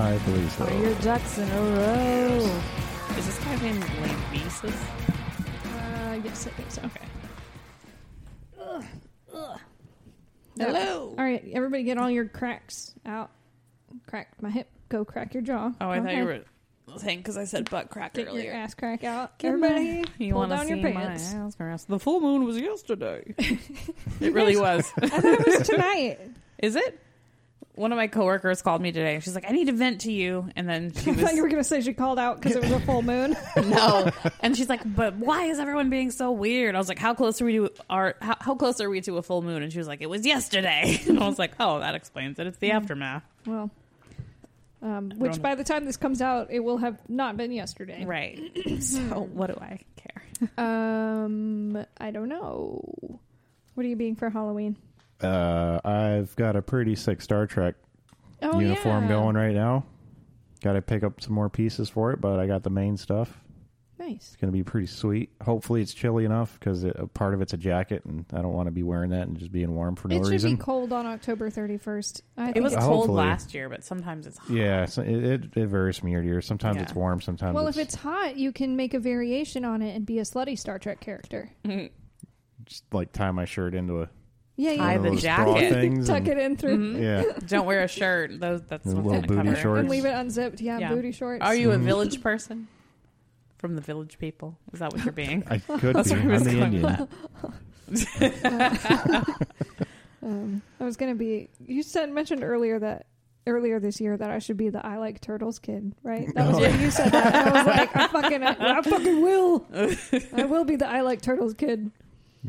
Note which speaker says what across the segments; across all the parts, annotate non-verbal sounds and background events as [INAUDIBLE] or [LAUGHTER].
Speaker 1: I believe so.
Speaker 2: Are your ducks in a row? [LAUGHS]
Speaker 3: Is this guy's name Lambesis?
Speaker 2: Uh, yes, I think so.
Speaker 3: Okay.
Speaker 2: All right, everybody, get all your cracks out. Cracked my hip. Go crack your jaw.
Speaker 3: Oh, I
Speaker 2: Go
Speaker 3: thought you
Speaker 2: ahead.
Speaker 3: were saying because I said butt crack
Speaker 2: Get
Speaker 3: earlier.
Speaker 2: your ass crack out.
Speaker 3: Get [LAUGHS]
Speaker 2: everybody,
Speaker 3: my- you
Speaker 2: pull
Speaker 3: wanna
Speaker 2: down your
Speaker 3: see my
Speaker 2: pants.
Speaker 3: ass grass. The full moon was yesterday.
Speaker 2: [LAUGHS]
Speaker 3: it really was.
Speaker 2: I thought it was tonight.
Speaker 3: Is it? One of my coworkers called me today. She's like, "I need to vent to you," and
Speaker 2: [LAUGHS]
Speaker 3: then she
Speaker 2: I thought you
Speaker 3: was
Speaker 2: were going to say she called out because it was a full moon.
Speaker 3: [LAUGHS] no, and she's like, "But why is everyone being so weird?" I was like, "How close are we to our? How, how close are we to a full moon?" And she was like, "It was yesterday," [LAUGHS] and I was like, "Oh, that explains it. It's
Speaker 2: Hmm.
Speaker 3: the aftermath,
Speaker 2: well, um, which
Speaker 3: Wrong.
Speaker 2: by the time this comes out, it will have not been yesterday.
Speaker 3: right?"
Speaker 2: [CLEARS THROAT]
Speaker 3: so, what do I care?
Speaker 2: Um, I don't know. What are you being for Halloween?
Speaker 1: Uh, I've got a pretty sick Star Trek
Speaker 2: Oh,
Speaker 1: uniform
Speaker 2: yeah.
Speaker 1: going right now. Got to pick up some more pieces for it, but I got the main stuff.
Speaker 2: Nice.
Speaker 1: It's gonna be pretty sweet. Hopefully, it's chilly enough because a part of it's a jacket, and I don't want to be wearing that and just being warm for no
Speaker 2: it should
Speaker 1: reason.
Speaker 2: be cold on October 31st. I
Speaker 3: It
Speaker 2: think
Speaker 3: was
Speaker 2: it's-
Speaker 3: cold
Speaker 1: Hopefully.
Speaker 3: last year, but sometimes it's hot.
Speaker 1: Yeah, so it, it, it varies from year to year. Sometimes
Speaker 3: Yeah.
Speaker 1: it's warm, sometimes
Speaker 2: well,
Speaker 1: it's,
Speaker 2: if it's hot, you can make a variation on it and be a slutty Star Trek character.
Speaker 1: just like tie my shirt into a
Speaker 2: Yeah,
Speaker 1: one
Speaker 2: [LAUGHS]
Speaker 3: Tie
Speaker 1: of
Speaker 3: the
Speaker 1: those bra
Speaker 3: jacket.
Speaker 1: things
Speaker 2: tuck
Speaker 1: and-
Speaker 2: it in
Speaker 3: Mm-hmm.
Speaker 2: through
Speaker 1: Yeah,
Speaker 3: Don't wear a shirt. Those that's
Speaker 1: And
Speaker 3: what's
Speaker 1: little
Speaker 3: gonna
Speaker 1: booty
Speaker 3: cover.
Speaker 1: shorts. Mm-hmm.
Speaker 2: and leave it unzipped. Yeah,
Speaker 3: Yeah.
Speaker 2: booty shorts.
Speaker 3: Are you a village person? From the village people? Is that what
Speaker 1: [LAUGHS]
Speaker 3: you're being?
Speaker 1: I could
Speaker 3: That's
Speaker 1: be.
Speaker 3: where I
Speaker 1: I'm
Speaker 3: was
Speaker 1: the
Speaker 3: going
Speaker 1: Indian.
Speaker 3: with that.
Speaker 2: [LAUGHS] Um, I was gonna be. You said mentioned earlier that earlier this year that I should be the I like turtles kid, right? That was
Speaker 1: Oh.
Speaker 2: when you said that. And I was like, I fucking, I,
Speaker 3: [LAUGHS]
Speaker 2: fucking will. I will be the I like turtles kid.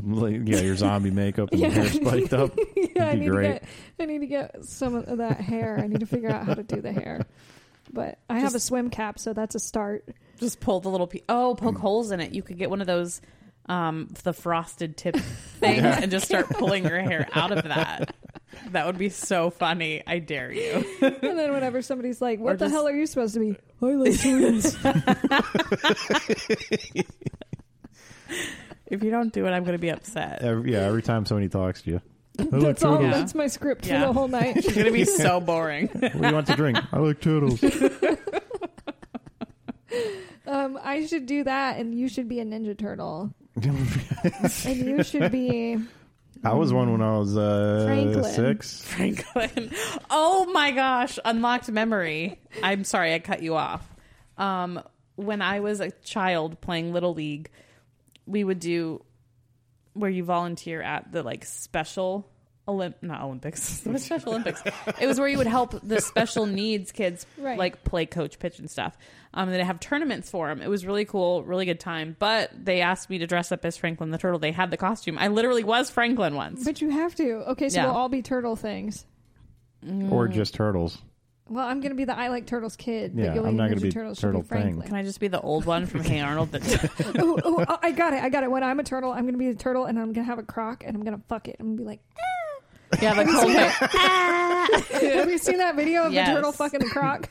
Speaker 1: Like, yeah, your zombie makeup and
Speaker 2: [LAUGHS] Yeah.
Speaker 1: your hair spiked up.
Speaker 2: [LAUGHS] yeah, I
Speaker 1: That'd be
Speaker 2: need to
Speaker 1: great.
Speaker 2: get. I need to get some of that hair. I need to figure out how to do the hair. But I have a
Speaker 3: Just-
Speaker 2: swim cap, so that's a start.
Speaker 3: Just pull the little pe- oh, poke
Speaker 1: Mm.
Speaker 3: holes in it. You could get one of those um the
Speaker 1: [LAUGHS]
Speaker 3: frosted tip things
Speaker 1: Yeah.
Speaker 3: and just start pulling your hair out of that. That would be so funny. I dare you.
Speaker 2: And then whenever somebody's like,
Speaker 3: Or
Speaker 2: "What the
Speaker 3: just-
Speaker 2: hell are you supposed
Speaker 1: [LAUGHS]
Speaker 2: to be?" I like [LAUGHS] turtles.
Speaker 3: If you don't do it, I'm going to be upset.
Speaker 1: Every, yeah, every time somebody talks to you, I like
Speaker 2: that's all.
Speaker 1: turtles.
Speaker 3: Yeah.
Speaker 2: That's my script
Speaker 3: Yeah.
Speaker 2: for the whole
Speaker 3: [LAUGHS]
Speaker 2: night.
Speaker 3: It's going
Speaker 1: [LAUGHS]
Speaker 3: to be so boring.
Speaker 1: What do you want to drink? I like turtles.
Speaker 2: Um, I should do that, and you should be a Ninja Turtle, and
Speaker 1: [LAUGHS]
Speaker 2: you should be.
Speaker 1: I was one when I was uh,
Speaker 2: Franklin.
Speaker 1: six.
Speaker 3: Franklin. Oh my gosh, unlocked memory. I'm sorry I cut you off. Um, when I was a child playing Little League, we would do where you volunteer at the like special Olymp not Olympics. [LAUGHS] It was Special Olympics. It was where you would help the special needs kids
Speaker 2: Right.
Speaker 3: like play coach pitch and stuff. Um, and they have tournaments for them. It was really cool, really good time. But they asked me to dress up as Franklin the turtle. They had the costume. I literally was Franklin once.
Speaker 2: But you have to. Okay, so
Speaker 3: Yeah.
Speaker 2: we'll all be turtle things.
Speaker 1: Or just turtles.
Speaker 2: Well, I'm gonna be the I like turtles kid.
Speaker 1: Yeah,
Speaker 2: but you'll
Speaker 1: I'm not
Speaker 2: Ninja
Speaker 1: gonna be
Speaker 2: turtles
Speaker 1: turtle
Speaker 2: should be Franklin.
Speaker 3: Can I just be the old one from Hey Arnold?
Speaker 2: [LAUGHS]
Speaker 3: That
Speaker 2: ooh, ooh, oh, I got it. I got it. When I'm a turtle, I'm gonna be a turtle, and I'm gonna have a croc, and I'm gonna fuck it. I'm gonna be
Speaker 3: [LAUGHS]
Speaker 2: like, [LAUGHS]
Speaker 3: yeah, [LAUGHS] the cold
Speaker 2: have you seen that video of
Speaker 3: Yes.
Speaker 2: the turtle fucking the croc?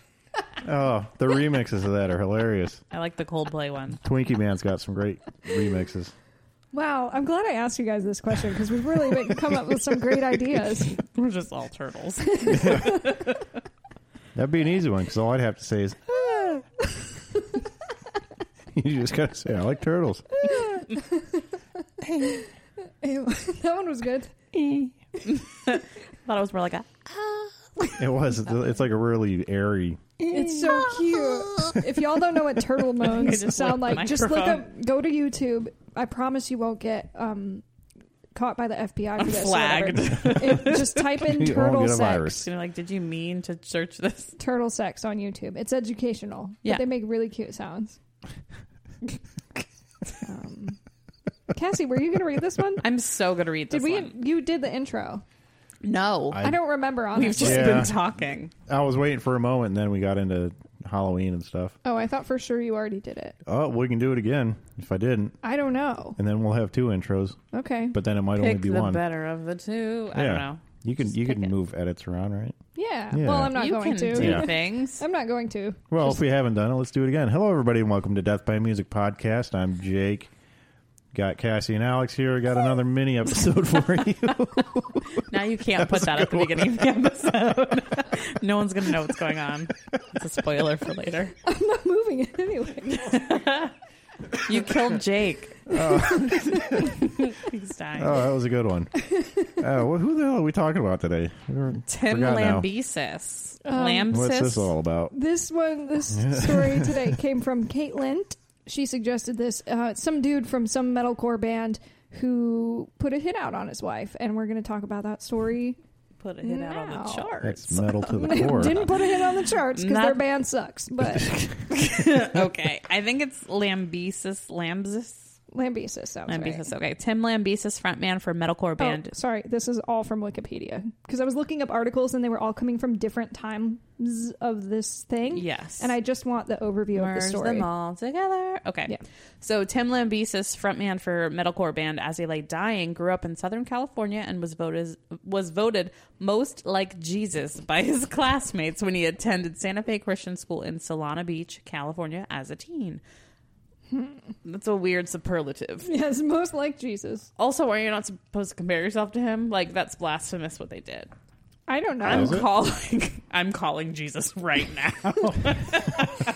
Speaker 1: Oh, the remixes of that are hilarious.
Speaker 3: I like the Coldplay one.
Speaker 1: Twinkie Man's got some great remixes.
Speaker 2: Wow, I'm glad I asked you guys this question because we've really been, come up with some great ideas.
Speaker 3: [LAUGHS] [LAUGHS] We're just all [LAUGHS] turtles.
Speaker 1: That'd be an easy one because all I'd have to say is, [LAUGHS] "Ah." you just gotta say, "I like turtles."
Speaker 2: Ew, [LAUGHS] that one was good.
Speaker 3: Thought it was more like a
Speaker 1: It was. It's, it's like a really airy.
Speaker 2: It's so
Speaker 3: [LAUGHS]
Speaker 2: cute. If y'all don't know what turtle moans
Speaker 3: You just
Speaker 2: sound
Speaker 3: lift the
Speaker 2: like, just look
Speaker 3: microphone.
Speaker 2: up. Go to YouTube. I promise you won't get um, caught by the FBI for this. or
Speaker 3: flagged.
Speaker 2: whatever. If- just type
Speaker 1: [LAUGHS]
Speaker 2: in
Speaker 1: You won't
Speaker 2: turtle
Speaker 1: get a
Speaker 2: sex.
Speaker 1: virus.
Speaker 3: You know, like, did you mean to search this?
Speaker 2: Turtle sex on YouTube. It's educational.
Speaker 3: Yeah.
Speaker 2: But they make really
Speaker 1: [LAUGHS]
Speaker 2: cute sounds. um, Cassie, were you going to read
Speaker 3: [LAUGHS]
Speaker 2: this one?
Speaker 3: I'm so gonna read this
Speaker 2: Did we?
Speaker 3: one.
Speaker 2: You did the intro.
Speaker 3: No,
Speaker 1: I-
Speaker 2: I, don't remember.
Speaker 3: we've
Speaker 2: Honestly.
Speaker 3: just
Speaker 1: Yeah.
Speaker 3: been talking.
Speaker 1: I was waiting for a moment, and then we got into Halloween and stuff.
Speaker 2: Oh, I thought for sure you already did it.
Speaker 1: Oh, we can do it again if I didn't,
Speaker 2: I don't know.
Speaker 1: and then we'll have two intros.
Speaker 2: Okay.
Speaker 1: But then it might only
Speaker 3: Pick
Speaker 1: be
Speaker 3: the
Speaker 1: one.
Speaker 3: better of the two. I
Speaker 1: Yeah.
Speaker 3: don't know.
Speaker 1: You can
Speaker 3: Just
Speaker 1: you can
Speaker 3: pick it.
Speaker 1: move edits around, right?
Speaker 2: Yeah.
Speaker 1: Yeah.
Speaker 2: Well, I'm not
Speaker 3: you
Speaker 2: going
Speaker 3: can
Speaker 2: to.
Speaker 3: do
Speaker 1: Yeah.
Speaker 3: [LAUGHS] things.
Speaker 2: I'm not going to.
Speaker 1: Well, if we haven't done it, let's do it again. Hello, everybody, and welcome to Death by Music podcast. I'm Jake. Got Cassie and Alex here. Got another mini episode for
Speaker 2: [LAUGHS]
Speaker 1: you.
Speaker 3: Now you can't put that at the beginning of the episode. [LAUGHS] no one's going to know what's going on. It's a spoiler for later.
Speaker 2: [LAUGHS]
Speaker 3: [LAUGHS]
Speaker 2: I'm not moving it anyway.
Speaker 3: You killed Jake. [LAUGHS] He's dying.
Speaker 1: Oh, that was a good
Speaker 2: [LAUGHS]
Speaker 1: one. Uh, wh- who the hell are we talking about today? We were-
Speaker 3: Tim
Speaker 1: forgot now.
Speaker 3: Lambesis.
Speaker 2: Um,
Speaker 3: Lambesis.
Speaker 1: What's this all about?
Speaker 2: This one, this
Speaker 1: [LAUGHS]
Speaker 2: story today came from Kate Lint. She suggested this. Uh, some dude from some metalcore band who put a hit out on his wife, and we're going to talk about that story.
Speaker 3: Put a hit out on the
Speaker 2: Now.
Speaker 3: charts.
Speaker 1: That's metal to the core.
Speaker 2: [LAUGHS] Didn't put a hit on the charts because
Speaker 3: Not-
Speaker 2: their band sucks.
Speaker 1: [LAUGHS]
Speaker 2: But
Speaker 3: okay. I think it's Lambesis. Lambesis.
Speaker 2: Lambesis sounds
Speaker 3: Lambesis. Okay. Tim Lambesis, frontman for metalcore
Speaker 2: right.
Speaker 3: band.
Speaker 2: Oh, sorry, this is all from Wikipedia because I was looking up articles and they were all coming from different times of this thing.
Speaker 3: Yes.
Speaker 2: And I just want the overview of
Speaker 3: merge
Speaker 2: the story.
Speaker 3: them all together. Okay.
Speaker 2: Yeah.
Speaker 3: So Tim Lambesis, frontman for metalcore band As He Lay Dying, grew up in Southern California and was voted was voted most like Jesus by [LAUGHS] his classmates when he attended Santa Fe Christian School in Solana Beach, California, as a teen.
Speaker 2: Hmm.
Speaker 3: That's a weird superlative.
Speaker 2: [LAUGHS] Yes, most like Jesus.
Speaker 3: Also, are you not supposed to compare yourself to him? Like that's blasphemous what they did.
Speaker 2: I don't know.
Speaker 3: I'm
Speaker 1: Is it?
Speaker 3: calling [LAUGHS] I'm calling Jesus right now.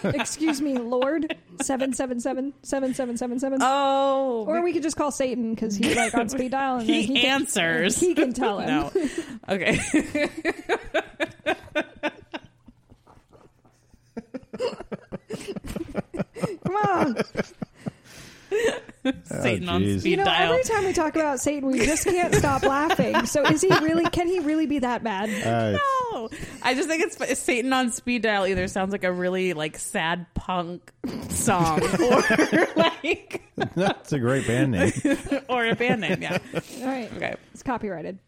Speaker 2: Excuse me, Lord. 777 7777.
Speaker 3: Oh.
Speaker 2: [LAUGHS] Or we could just call Satan because he's like
Speaker 3: [LAUGHS]
Speaker 2: on speed dial and
Speaker 3: he,
Speaker 2: then he can,
Speaker 3: answers.
Speaker 2: he can tell him.
Speaker 3: [LAUGHS] No. Okay. [LAUGHS]
Speaker 2: Come on.
Speaker 3: Satan on
Speaker 1: jeez.
Speaker 3: speed
Speaker 2: You know,
Speaker 3: dial.
Speaker 2: every time we talk about Satan, we just can't stop laughing. So is he really, can he really be that
Speaker 3: [LAUGHS]
Speaker 2: bad?
Speaker 1: Uh,
Speaker 3: no. I just think it's Satan on speed dial either sounds like a really like sad punk song or like
Speaker 2: [LAUGHS]
Speaker 1: [LAUGHS] that's a great band name.
Speaker 3: or a band name, yeah.
Speaker 2: All right.
Speaker 3: Okay.
Speaker 2: It's copyrighted.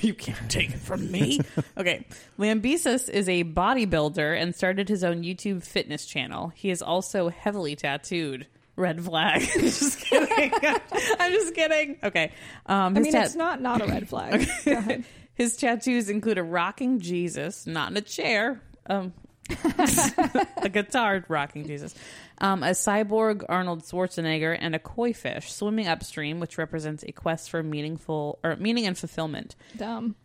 Speaker 3: You can't take it from me. [LAUGHS] okay. Lambesis is a bodybuilder and started his own YouTube fitness channel. He is also heavily tattooed. Red flag. [LAUGHS] just kidding. I'm just kidding. Okay. Um,
Speaker 2: I
Speaker 3: his
Speaker 2: mean,
Speaker 3: tat-
Speaker 2: it's not not a red flag. Go ahead.
Speaker 3: [LAUGHS] His tattoos include a rocking Jesus, not in a chair, um, [LAUGHS] a guitar rocking Jesus, um, a cyborg Arnold Schwarzenegger, and a koi fish swimming upstream, which represents a quest for meaningful or meaning and fulfillment.
Speaker 2: [LAUGHS] Dumb.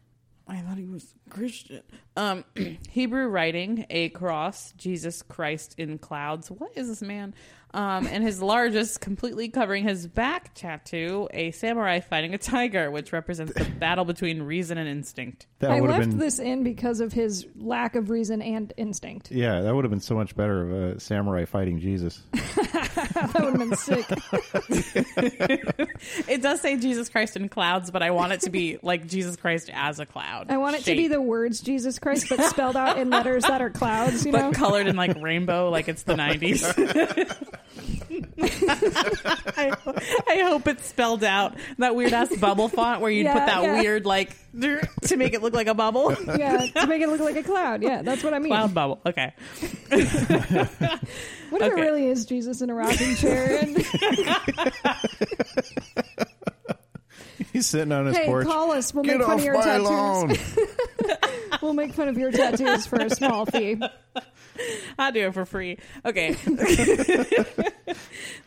Speaker 3: I thought he was Christian. Um, [CLEARS THROAT] Hebrew writing, a cross, Jesus Christ in clouds. What is this man? Um, and his largest, completely covering his back tattoo, a samurai fighting a tiger, which represents the battle between reason and instinct.
Speaker 1: That
Speaker 2: I
Speaker 1: would have
Speaker 2: left
Speaker 1: been
Speaker 2: this in because of his lack of reason and instinct.
Speaker 1: yeah. That would have been so much better of a samurai fighting
Speaker 2: [LAUGHS]
Speaker 1: Jesus. [LAUGHS]
Speaker 2: That would have been sick.
Speaker 3: It does say Jesus Christ in clouds, but I want it to be like Jesus Christ as a cloud.
Speaker 2: I want it to be
Speaker 3: shape,
Speaker 2: the words Jesus Christ, but spelled out in letters that are clouds, you know?
Speaker 3: but colored in like rainbow, like it's the nineties. I, I hope it's spelled out that weird ass bubble font where you would
Speaker 2: Yeah,
Speaker 3: put that
Speaker 2: yeah.
Speaker 3: weird like to make it look like a bubble.
Speaker 2: yeah, to make it look like a cloud. Yeah, that's what I mean.
Speaker 3: Cloud bubble. Okay.
Speaker 2: What if
Speaker 3: Okay.
Speaker 2: it really is Jesus in a
Speaker 1: [LAUGHS]
Speaker 2: rocking chair? And,
Speaker 1: He's sitting on his
Speaker 2: hey,
Speaker 1: porch.
Speaker 2: call us. We'll
Speaker 1: Get
Speaker 2: make fun
Speaker 1: off
Speaker 2: of your
Speaker 1: my
Speaker 2: tattoos. [LAUGHS]
Speaker 1: lawn.
Speaker 2: We'll make fun of your tattoos for a small fee.
Speaker 3: [LAUGHS] I do it for free. Okay.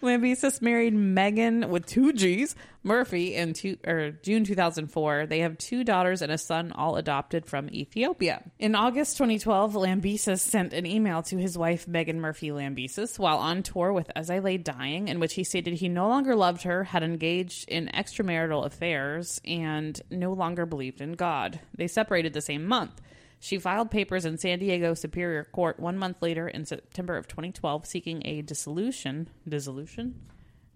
Speaker 3: Lambesis married Megan with two G's, Murphy, in two, or June 2004. They have two daughters and a son, all adopted from Ethiopia. In August 2012, Lambesis sent an email to his wife, Megan Murphy Lambesis, while on tour with As I Lay Dying, in which he stated he no longer loved her, had engaged in extramarital affairs, and no longer believed in God. They separated the same month. She filed papers in San Diego Superior Court one month later in September of 2012 seeking a dissolution, dissolution,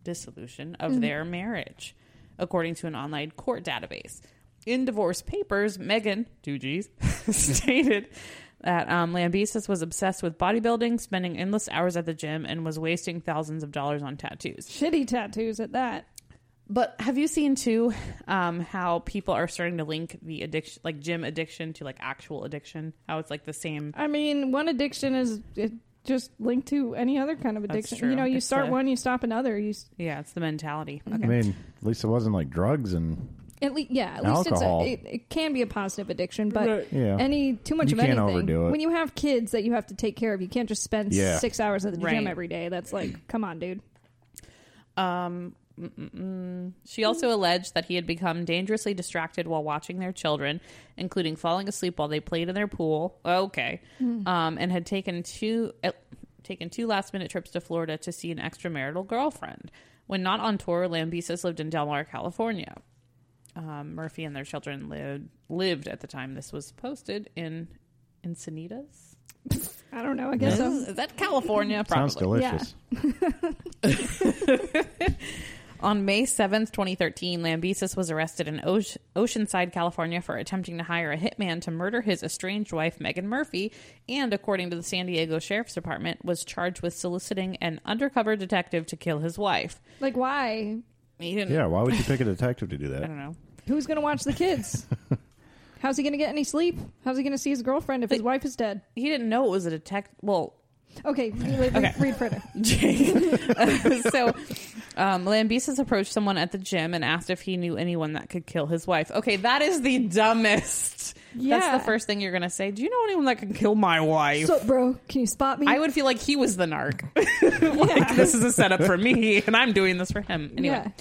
Speaker 3: dissolution of their marriage, according to an online court database. In divorce papers, Megan, two G's, [LAUGHS] stated that um, Lambesis was obsessed with bodybuilding, spending endless hours at the gym, and was wasting thousands of dollars on tattoos.
Speaker 2: Shitty tattoos at that.
Speaker 3: But have you seen too um, how people are starting to link the addiction, like gym addiction, to like actual addiction? How it's like the same.
Speaker 2: I mean, one addiction is it just linked to any other kind of
Speaker 3: That's
Speaker 2: addiction.
Speaker 3: true.
Speaker 2: You know, you
Speaker 3: It's
Speaker 2: start
Speaker 3: a-
Speaker 2: one, you stop another. You s-
Speaker 3: Yeah, it's the mentality.
Speaker 1: I mean, at least it wasn't like drugs and
Speaker 2: at least, yeah, at least
Speaker 1: Alcohol.
Speaker 2: it's a, it, it can be a positive addiction, but
Speaker 1: yeah.
Speaker 2: any too much
Speaker 1: You
Speaker 2: of
Speaker 1: can't
Speaker 2: anything.
Speaker 1: overdo it.
Speaker 2: When you have kids that you have to take care of, you can't just spend
Speaker 1: Yeah.
Speaker 2: six hours at the
Speaker 3: Right.
Speaker 2: gym every day. That's like, come on, dude.
Speaker 3: Um, Mm-mm-mm. She also alleged that he had become dangerously distracted while watching their children, including falling asleep while they played in their pool. Okay,
Speaker 2: Mm-hmm.
Speaker 3: um, and had taken two uh, taken two last minute trips to Florida to see an extramarital girlfriend. When not on tour, Lambesis lived in Del Mar, California. Um, Murphy and their children lived lived at the time this was posted in Encinitas.
Speaker 2: I don't know. I guess so.
Speaker 3: Is that California? Probably.
Speaker 1: Sounds delicious.
Speaker 3: On May 7th, 2013, Lambesis was arrested in Oce- Oceanside, California for attempting to hire a hitman to murder his estranged wife, Megan Murphy, and, according to the San Diego Sheriff's Department, was charged with soliciting an undercover detective to kill his wife.
Speaker 2: Like, why?
Speaker 3: He didn't,
Speaker 1: Yeah, why would you pick a detective to do that?
Speaker 3: I don't know.
Speaker 2: Who's going to watch
Speaker 3: [LAUGHS]
Speaker 2: the kids? How's he going to get any sleep? How's he going to see his girlfriend if his wife is dead?
Speaker 3: He didn't know it was a detective. Well, [LAUGHS]
Speaker 2: Okay, read,
Speaker 3: Okay.
Speaker 2: read further.
Speaker 3: Jake. so, um, Lambesis approached someone at the gym and asked if he knew anyone that could kill his wife. Okay, that is the dumbest.
Speaker 2: Yeah.
Speaker 3: That's the first thing you're going to say. Do you know anyone that could kill my wife?
Speaker 2: So, bro, can you spot me?
Speaker 3: I would feel like he was the narc.
Speaker 2: [LAUGHS]
Speaker 3: like, this is a setup for me, and I'm doing this for him. Anyway.
Speaker 2: Yeah.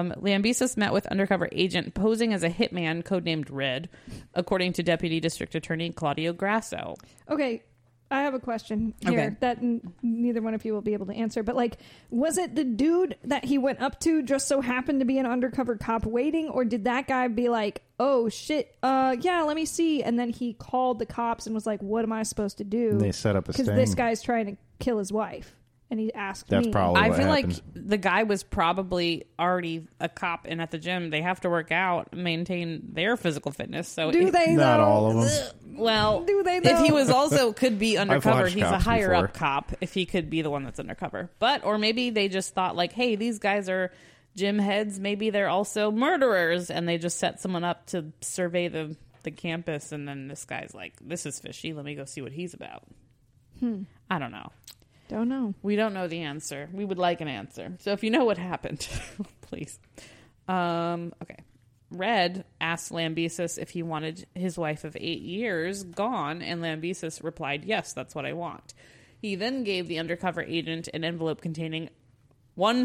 Speaker 3: Um, Lambesis met with undercover agent posing as a hitman codenamed Red, according to Deputy District Attorney Claudio Grasso.
Speaker 2: Okay, I have a question here
Speaker 3: Okay.
Speaker 2: that n- neither one of you will be able to answer. But like, was it the dude that he went up to just so happened to be an undercover cop waiting, or did that guy be like, "Oh shit, uh, yeah, let me see," and then he called the cops and was like, "What am I supposed to do?"
Speaker 1: And they set up a
Speaker 2: Because
Speaker 1: sting.
Speaker 2: this guy's trying to kill his wife, and he asked
Speaker 1: That's
Speaker 2: me.
Speaker 1: probably
Speaker 3: I
Speaker 1: Oh, what
Speaker 3: feel
Speaker 1: happened.
Speaker 3: like the guy was probably already a cop and at the gym. They have to work out, maintain their physical fitness. So,
Speaker 2: Do
Speaker 3: it-
Speaker 2: they
Speaker 1: Not
Speaker 2: though?
Speaker 1: all of them.
Speaker 3: well,
Speaker 2: [LAUGHS] Do they,
Speaker 3: if he
Speaker 2: though?
Speaker 3: was also
Speaker 1: [LAUGHS]
Speaker 3: could be undercover,
Speaker 1: watched
Speaker 3: he's a
Speaker 1: cops
Speaker 3: higher up
Speaker 1: before.
Speaker 3: cop if he could be the one that's undercover. But or maybe they just thought like, hey, these guys are gym heads. Maybe they're also murderers, and they just set someone up to survey the the campus. And then this guy's like, this is fishy. Let me go see what he's about.
Speaker 1: Hmm.
Speaker 3: I don't know. [LAUGHS]
Speaker 2: Don't know.
Speaker 3: We don't know the answer. We would like an answer. So if you know what happened, [LAUGHS] please. Um, okay. Red asked Lambesis if he wanted his wife of eight years gone, and Lambesis replied, Yes, that's what I want. He then gave the undercover agent an envelope containing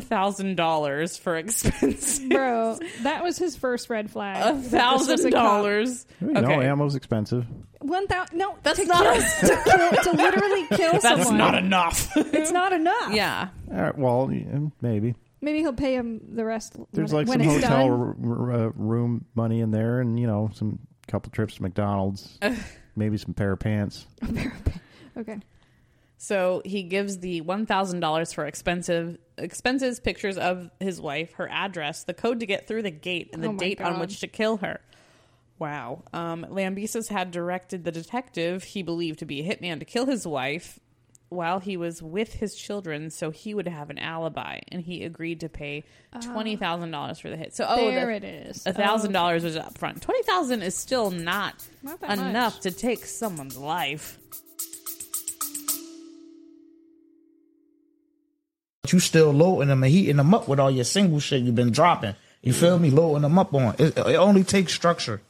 Speaker 3: $1,000 for [LAUGHS] expenses.
Speaker 2: Bro, that was his first red flag.
Speaker 3: A thousand dollars.
Speaker 1: You know, ammo's expensive.
Speaker 2: One thousand. No,
Speaker 3: That's
Speaker 2: to
Speaker 3: not-
Speaker 2: kill, to, kill, to
Speaker 3: [LAUGHS]
Speaker 2: literally kill
Speaker 3: That's
Speaker 2: someone.
Speaker 3: not enough.
Speaker 2: it's not enough.
Speaker 3: yeah.
Speaker 1: All right, well, yeah, maybe.
Speaker 2: Maybe he'll pay him the rest.
Speaker 1: There's
Speaker 2: when,
Speaker 1: like
Speaker 2: when
Speaker 1: some
Speaker 2: it's
Speaker 1: hotel
Speaker 2: done.
Speaker 1: r- r- uh, room money in there, and you know, some couple trips to
Speaker 2: [LAUGHS]
Speaker 1: McDonald's, maybe some pair of pants.
Speaker 2: Okay.
Speaker 3: So he gives the one thousand dollars for expensive expenses, pictures of his wife, her address, the code to get through the gate, and the
Speaker 2: Oh my
Speaker 3: date on
Speaker 2: God.
Speaker 3: which to kill her. Wow. Um, Lambesis had directed the detective he believed to be a hitman to kill his wife while he was with his children, so he would have an alibi, and he agreed to pay twenty thousand dollars for the hit. So oh,
Speaker 2: Uh, there
Speaker 3: the-
Speaker 2: it is. Oh,
Speaker 3: a thousand dollars was up front. Twenty thousand is still not,
Speaker 2: Not that
Speaker 3: enough
Speaker 2: much.
Speaker 3: to take someone's life.
Speaker 4: but you still loading them and heating them up with all your single shit you've been dropping. You feel me? Loading them up on it. It only takes structure,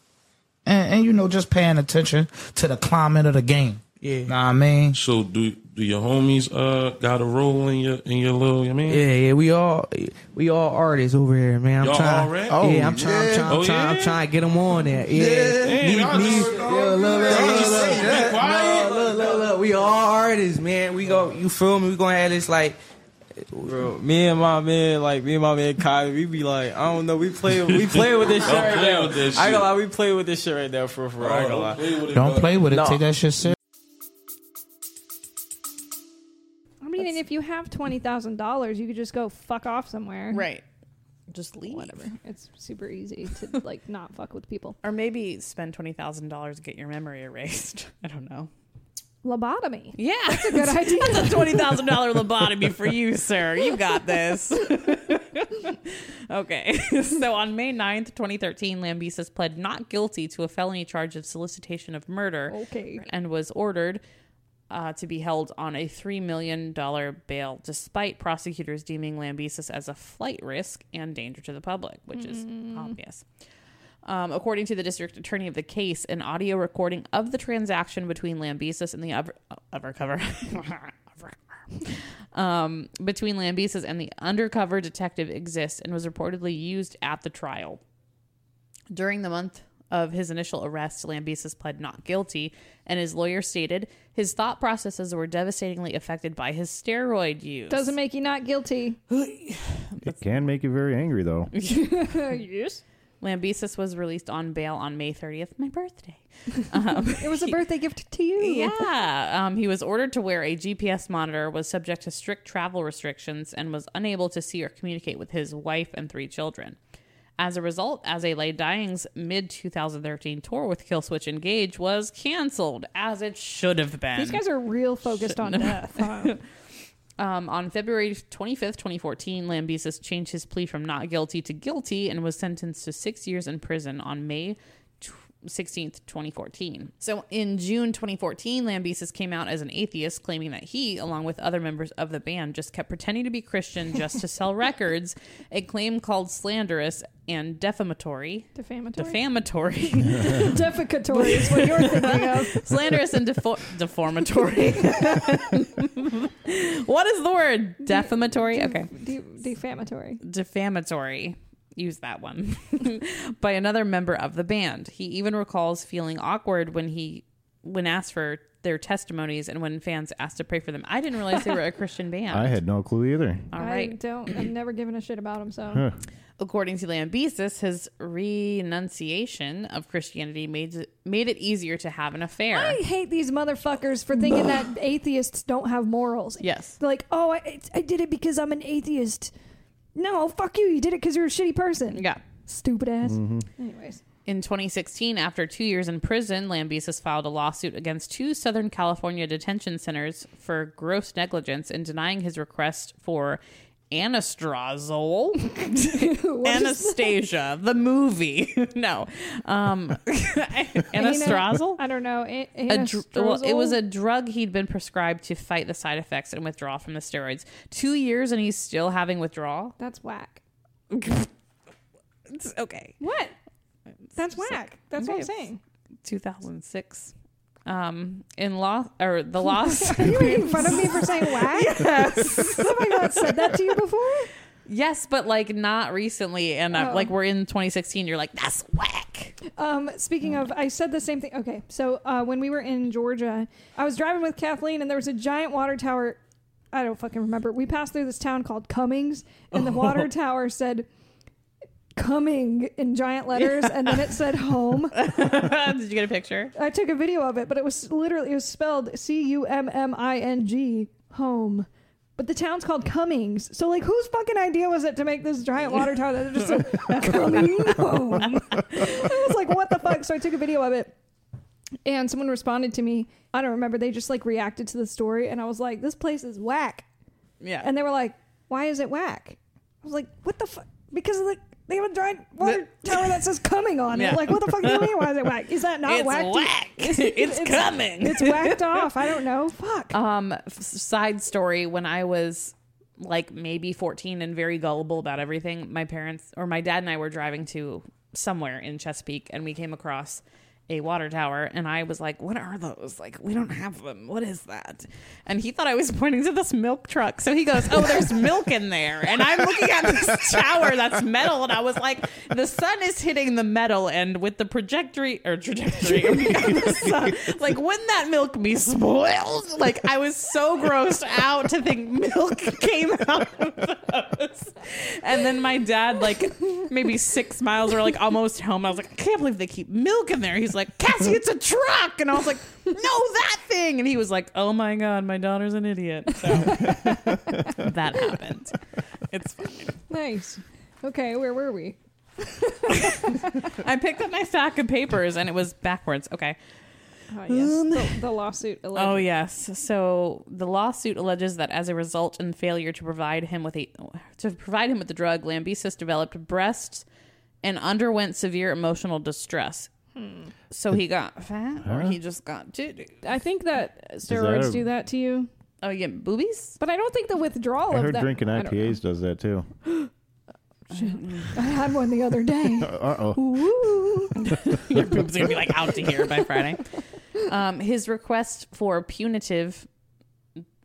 Speaker 4: and, and you know just paying attention to the climate of the game. Yeah, know what I mean.
Speaker 5: So do do your homies uh got a role in your in your little? I mean,
Speaker 6: Yeah, yeah, we all we all artists over here, man. I'm
Speaker 5: Y'all
Speaker 6: trying,
Speaker 5: all rap?
Speaker 6: oh, yeah, I'm
Speaker 4: Oh,
Speaker 6: trying, I'm
Speaker 4: yeah.
Speaker 6: trying, I'm
Speaker 5: Oh,
Speaker 6: trying, I'm
Speaker 5: yeah?
Speaker 6: trying to get them on there. Yeah,
Speaker 5: Hey, y'all
Speaker 6: Me-
Speaker 5: just-
Speaker 6: me- yeah, look, look,
Speaker 5: y'all
Speaker 6: look,
Speaker 5: just
Speaker 6: look,
Speaker 5: sitting there
Speaker 6: look.
Speaker 5: quiet?
Speaker 6: No, look, look, look. We all artists, man. We go, you feel me? We gonna have this like.
Speaker 7: Bro, me and my man, like me and my man Kai, we be like, I don't know, we play, we play with this shit
Speaker 5: Don't
Speaker 7: right
Speaker 5: play
Speaker 7: now.
Speaker 5: with this
Speaker 7: I ain't gonna
Speaker 5: shit.
Speaker 7: lie, we play with this shit right now for for. real. I ain't gonna
Speaker 5: Don't
Speaker 7: lie.
Speaker 5: play with it,
Speaker 4: Don't
Speaker 5: bro.
Speaker 4: play with it.
Speaker 7: No.
Speaker 4: Take that shit serious.
Speaker 2: I mean, and if you have twenty thousand dollars, you could just go fuck off somewhere.
Speaker 3: Right. Just leave.
Speaker 2: Whatever. It's super easy to [LAUGHS] like not fuck with people.
Speaker 3: Or maybe spend twenty thousand dollars to get your memory erased. [LAUGHS] I don't know. [LAUGHS]
Speaker 2: Lobotomy.
Speaker 3: Yeah, that's a
Speaker 2: Good idea.
Speaker 3: That's a twenty thousand dollar lobotomy for you, sir. You got this. [LAUGHS] okay. [LAUGHS] So on May 9th, twenty thirteen, Lambesis pled not guilty to a felony charge of solicitation of murder.
Speaker 2: Okay.
Speaker 3: And was ordered uh, to be held on a three million dollar bail, despite prosecutors deeming Lambesis as a flight risk and danger to the public, which is obvious. Um, according to the district attorney of the case, an audio recording oh, [LAUGHS] of the transaction between Lambesis and the over, uh, undercover um, between Lambesis and the undercover detective exists and was reportedly used at the trial. During the month of his initial arrest, Lambesis pled not guilty, and his lawyer stated his thought processes were devastatingly affected by his steroid use.
Speaker 2: Doesn't make you not guilty.
Speaker 1: It can make you very angry,
Speaker 2: [LAUGHS]
Speaker 1: though.
Speaker 3: [LAUGHS]
Speaker 2: yes.
Speaker 3: Lambesis was released on bail on May 30th, my birthday. [LAUGHS] Um,
Speaker 2: It was a birthday gift to you.
Speaker 3: Yeah. Um, he was ordered to wear a GPS monitor, was subject to strict travel restrictions, and was unable to see or communicate with his wife and three children. As a result, As A Lay Dying's mid 2013 tour with Killswitch Engage was canceled, as it should have been.
Speaker 2: These guys are real focused [LAUGHS] on death. huh?
Speaker 3: Um, on February 25th, 2014, Lambesis changed his plea from not guilty to guilty and was sentenced to six years in prison on May tw- 16th, 2014. So in June 2014, Lambesis came out as an atheist, claiming that he, along with other members of the band, just kept pretending to be Christian just to sell records, a claim called slanderous and defamatory.
Speaker 2: Defamatory.
Speaker 3: Defamatory. [LAUGHS]
Speaker 2: [LAUGHS] Defecatory is what you're thinking of.
Speaker 3: slanderous and defo- deformatory. what is the word? Defamatory? [LAUGHS] Okay.
Speaker 2: De- defamatory.
Speaker 3: Defamatory. Use that one. [LAUGHS] By another member of the band. He even recalls feeling awkward when he when asked for their testimonies and when fans asked to pray for them. I didn't realize they were a Christian band.
Speaker 1: I had no clue either.
Speaker 3: All
Speaker 2: I
Speaker 3: right.
Speaker 2: don't. I've never given a shit about him. So
Speaker 1: Huh.
Speaker 3: According to Lambesis, his renunciation of Christianity made it, made it easier to have an affair.
Speaker 2: I hate these motherfuckers for thinking that atheists don't have morals.
Speaker 3: Yes.
Speaker 2: They're like, oh, I, it's- I did it because I'm an atheist. No, fuck you. You did it because you're a shitty person.
Speaker 3: Yeah.
Speaker 2: Stupid ass. Anyways,
Speaker 3: In 2016, after two years in prison, Lambesis filed a lawsuit against two Southern California detention centers for gross negligence in denying his request for [LAUGHS] anastrazole, Anastasia, the movie. [LAUGHS] no, um, [LAUGHS] anastrazole.
Speaker 2: I don't know. A-
Speaker 3: A dr- well, it was
Speaker 2: anastrozole?
Speaker 3: a drug he'd been prescribed to fight the side effects and withdraw from the steroids. Two years and he's still having withdrawal.
Speaker 2: That's whack.
Speaker 3: [LAUGHS] It's okay.
Speaker 2: What? That's whack. That's what I'm
Speaker 3: Okay.
Speaker 2: saying.
Speaker 3: 2006. Um, in law or [LAUGHS] the loss.
Speaker 2: Are you making fun of me for saying whack? Oh Yes. Have I not said that to you before?
Speaker 3: Yes, but like not recently, and I'm
Speaker 2: Oh.
Speaker 3: like we're in 2016. You're like that's whack.
Speaker 2: Um, speaking of, I said the same thing. Okay, so uh, when we were in Georgia, I was driving with Kathleen, and there was a giant water tower. I don't fucking remember. We passed through this town called Cummings, and the water tower said "Cumming" in giant letters, and then it said "Home."
Speaker 3: [LAUGHS] Did you get a picture?
Speaker 2: I took a video of it, but it was literally it was spelled C U M M I N G home. But the town's called Cummings. So like whose fucking idea was it to make this giant water tower that just said coming home? [LAUGHS] I was like, what the fuck? So I took a video of it. And someone responded to me. I don't remember. They just like reacted to the story and I was like, This place is whack.
Speaker 3: Yeah.
Speaker 2: And they were like, Why is it whack? I was like, What the fuck? Because of the they have a giant water tower that says coming on
Speaker 3: Yeah.
Speaker 2: it. Like, what the fuck do you mean? Why is it whack? Is that not
Speaker 3: it's
Speaker 2: whack?
Speaker 3: whack.
Speaker 2: to-
Speaker 3: [LAUGHS] It's,
Speaker 2: it's-
Speaker 3: coming.
Speaker 2: it's whacked off. I don't know. Fuck.
Speaker 3: um, f- side story. When I was like maybe 14 and very gullible about everything, my parents or my dad and I were driving to somewhere in Chesapeake, and we came across a water tower, and I was like, "What are those? Like, we don't have them. What is that?" And he thought I was pointing to this milk truck, so he goes, "Oh, there's milk in there," and I'm looking at this tower that's metal, and I was like, "The sun is hitting the metal, and with the trajectory or trajectory, [LAUGHS] of the sun, like, wouldn't that milk be spoiled?" Like, I was so grossed out to think milk [LAUGHS] came out of those, and then my dad, like, maybe six miles or like almost home, I was like, "I can't believe they keep milk in there." He's like, "Cassie, it's a truck," and I was like, "No, that thing," and he was like, "Oh my god, my daughter's an idiot." So that happened. It's fine.
Speaker 2: nice. Okay, where were we?
Speaker 3: I picked up my stack of papers and it was backwards. Okay.
Speaker 2: Oh, yes. [LAUGHS] the, the lawsuit. alleged.
Speaker 3: Oh yes. So the lawsuit alleges that as a result in failure to provide him with a to provide him with the drug, Lambesis developed breast and underwent severe emotional distress. So he got fat, or he just got titty.
Speaker 2: I think that
Speaker 1: steroids that a- do
Speaker 2: that to you,
Speaker 3: Oh, you get boobies?
Speaker 2: but I don't think the withdrawal
Speaker 1: I
Speaker 2: of
Speaker 1: heard
Speaker 2: that.
Speaker 1: drinking
Speaker 2: I don't know.
Speaker 1: IPAs does that too.
Speaker 2: I had one the other [LAUGHS] day.
Speaker 1: Uh oh.
Speaker 2: Woo.
Speaker 3: [LAUGHS] Your boobs are gonna be like out to here by Friday. Um, his request for punitive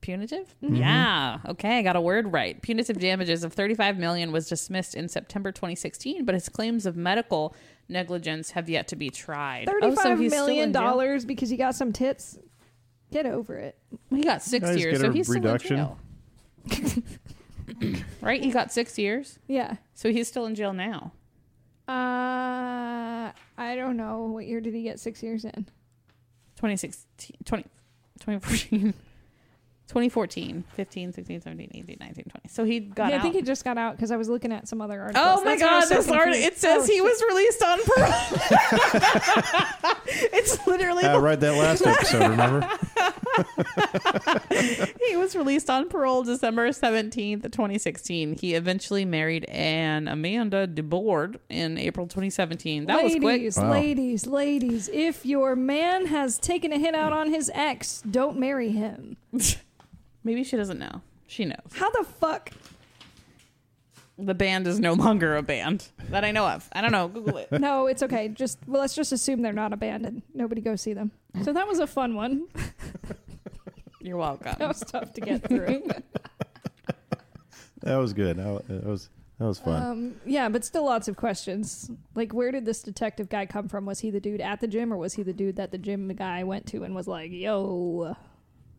Speaker 3: Punitive? Yeah. Okay, I got a word right. Punitive damages of 35 million was dismissed in September 2016, but his claims of medical negligence have yet to be tried.
Speaker 2: Thirty-five
Speaker 3: Oh,
Speaker 2: million
Speaker 3: so he's still in jail?
Speaker 2: dollars because you got some tits. Get over it.
Speaker 3: He got 6
Speaker 1: Guys
Speaker 3: years,
Speaker 1: get
Speaker 3: so
Speaker 1: a
Speaker 3: he's
Speaker 1: reduction.
Speaker 3: still in jail. [LAUGHS] right? He got 6 years,
Speaker 2: Yeah.
Speaker 3: so he's still in jail now.
Speaker 2: Uh, I don't know. What year did he get six years in?
Speaker 3: 2016 20, [LAUGHS] 2014 2014 15 16 17 18 19 20 so he got
Speaker 2: yeah,
Speaker 3: out
Speaker 2: I think he just got out because I was looking at some other article.
Speaker 3: oh my god this art it says
Speaker 2: Oh,
Speaker 3: he was released on parole [LAUGHS] it's literally
Speaker 1: Uh, right, that last episode,
Speaker 2: [LAUGHS]
Speaker 1: remember?
Speaker 3: [LAUGHS] he was released on parole december 17th 2016 he eventually married an amanda debord in april 2017 that was quick
Speaker 2: ladies,
Speaker 1: Wow.
Speaker 2: ladies, ladies. If your man has taken a hit out on his ex, don't marry him.
Speaker 3: maybe she doesn't know she knows
Speaker 2: How the fuck?
Speaker 3: the band is no longer a band that i know of i don't know google it
Speaker 2: No, it's okay. Just well, let's just assume they're not abandoned. Nobody go see them. So that was a fun one. [LAUGHS]
Speaker 3: you're [LAUGHS] welcome
Speaker 2: That was tough to get through.
Speaker 1: That was good. That that was that was [LAUGHS] fun.
Speaker 2: Um, yeah, but still lots of questions. Like, where did this detective guy come from? Was he the dude at the gym, or was he the dude that the gym guy went to and was like, "Yo,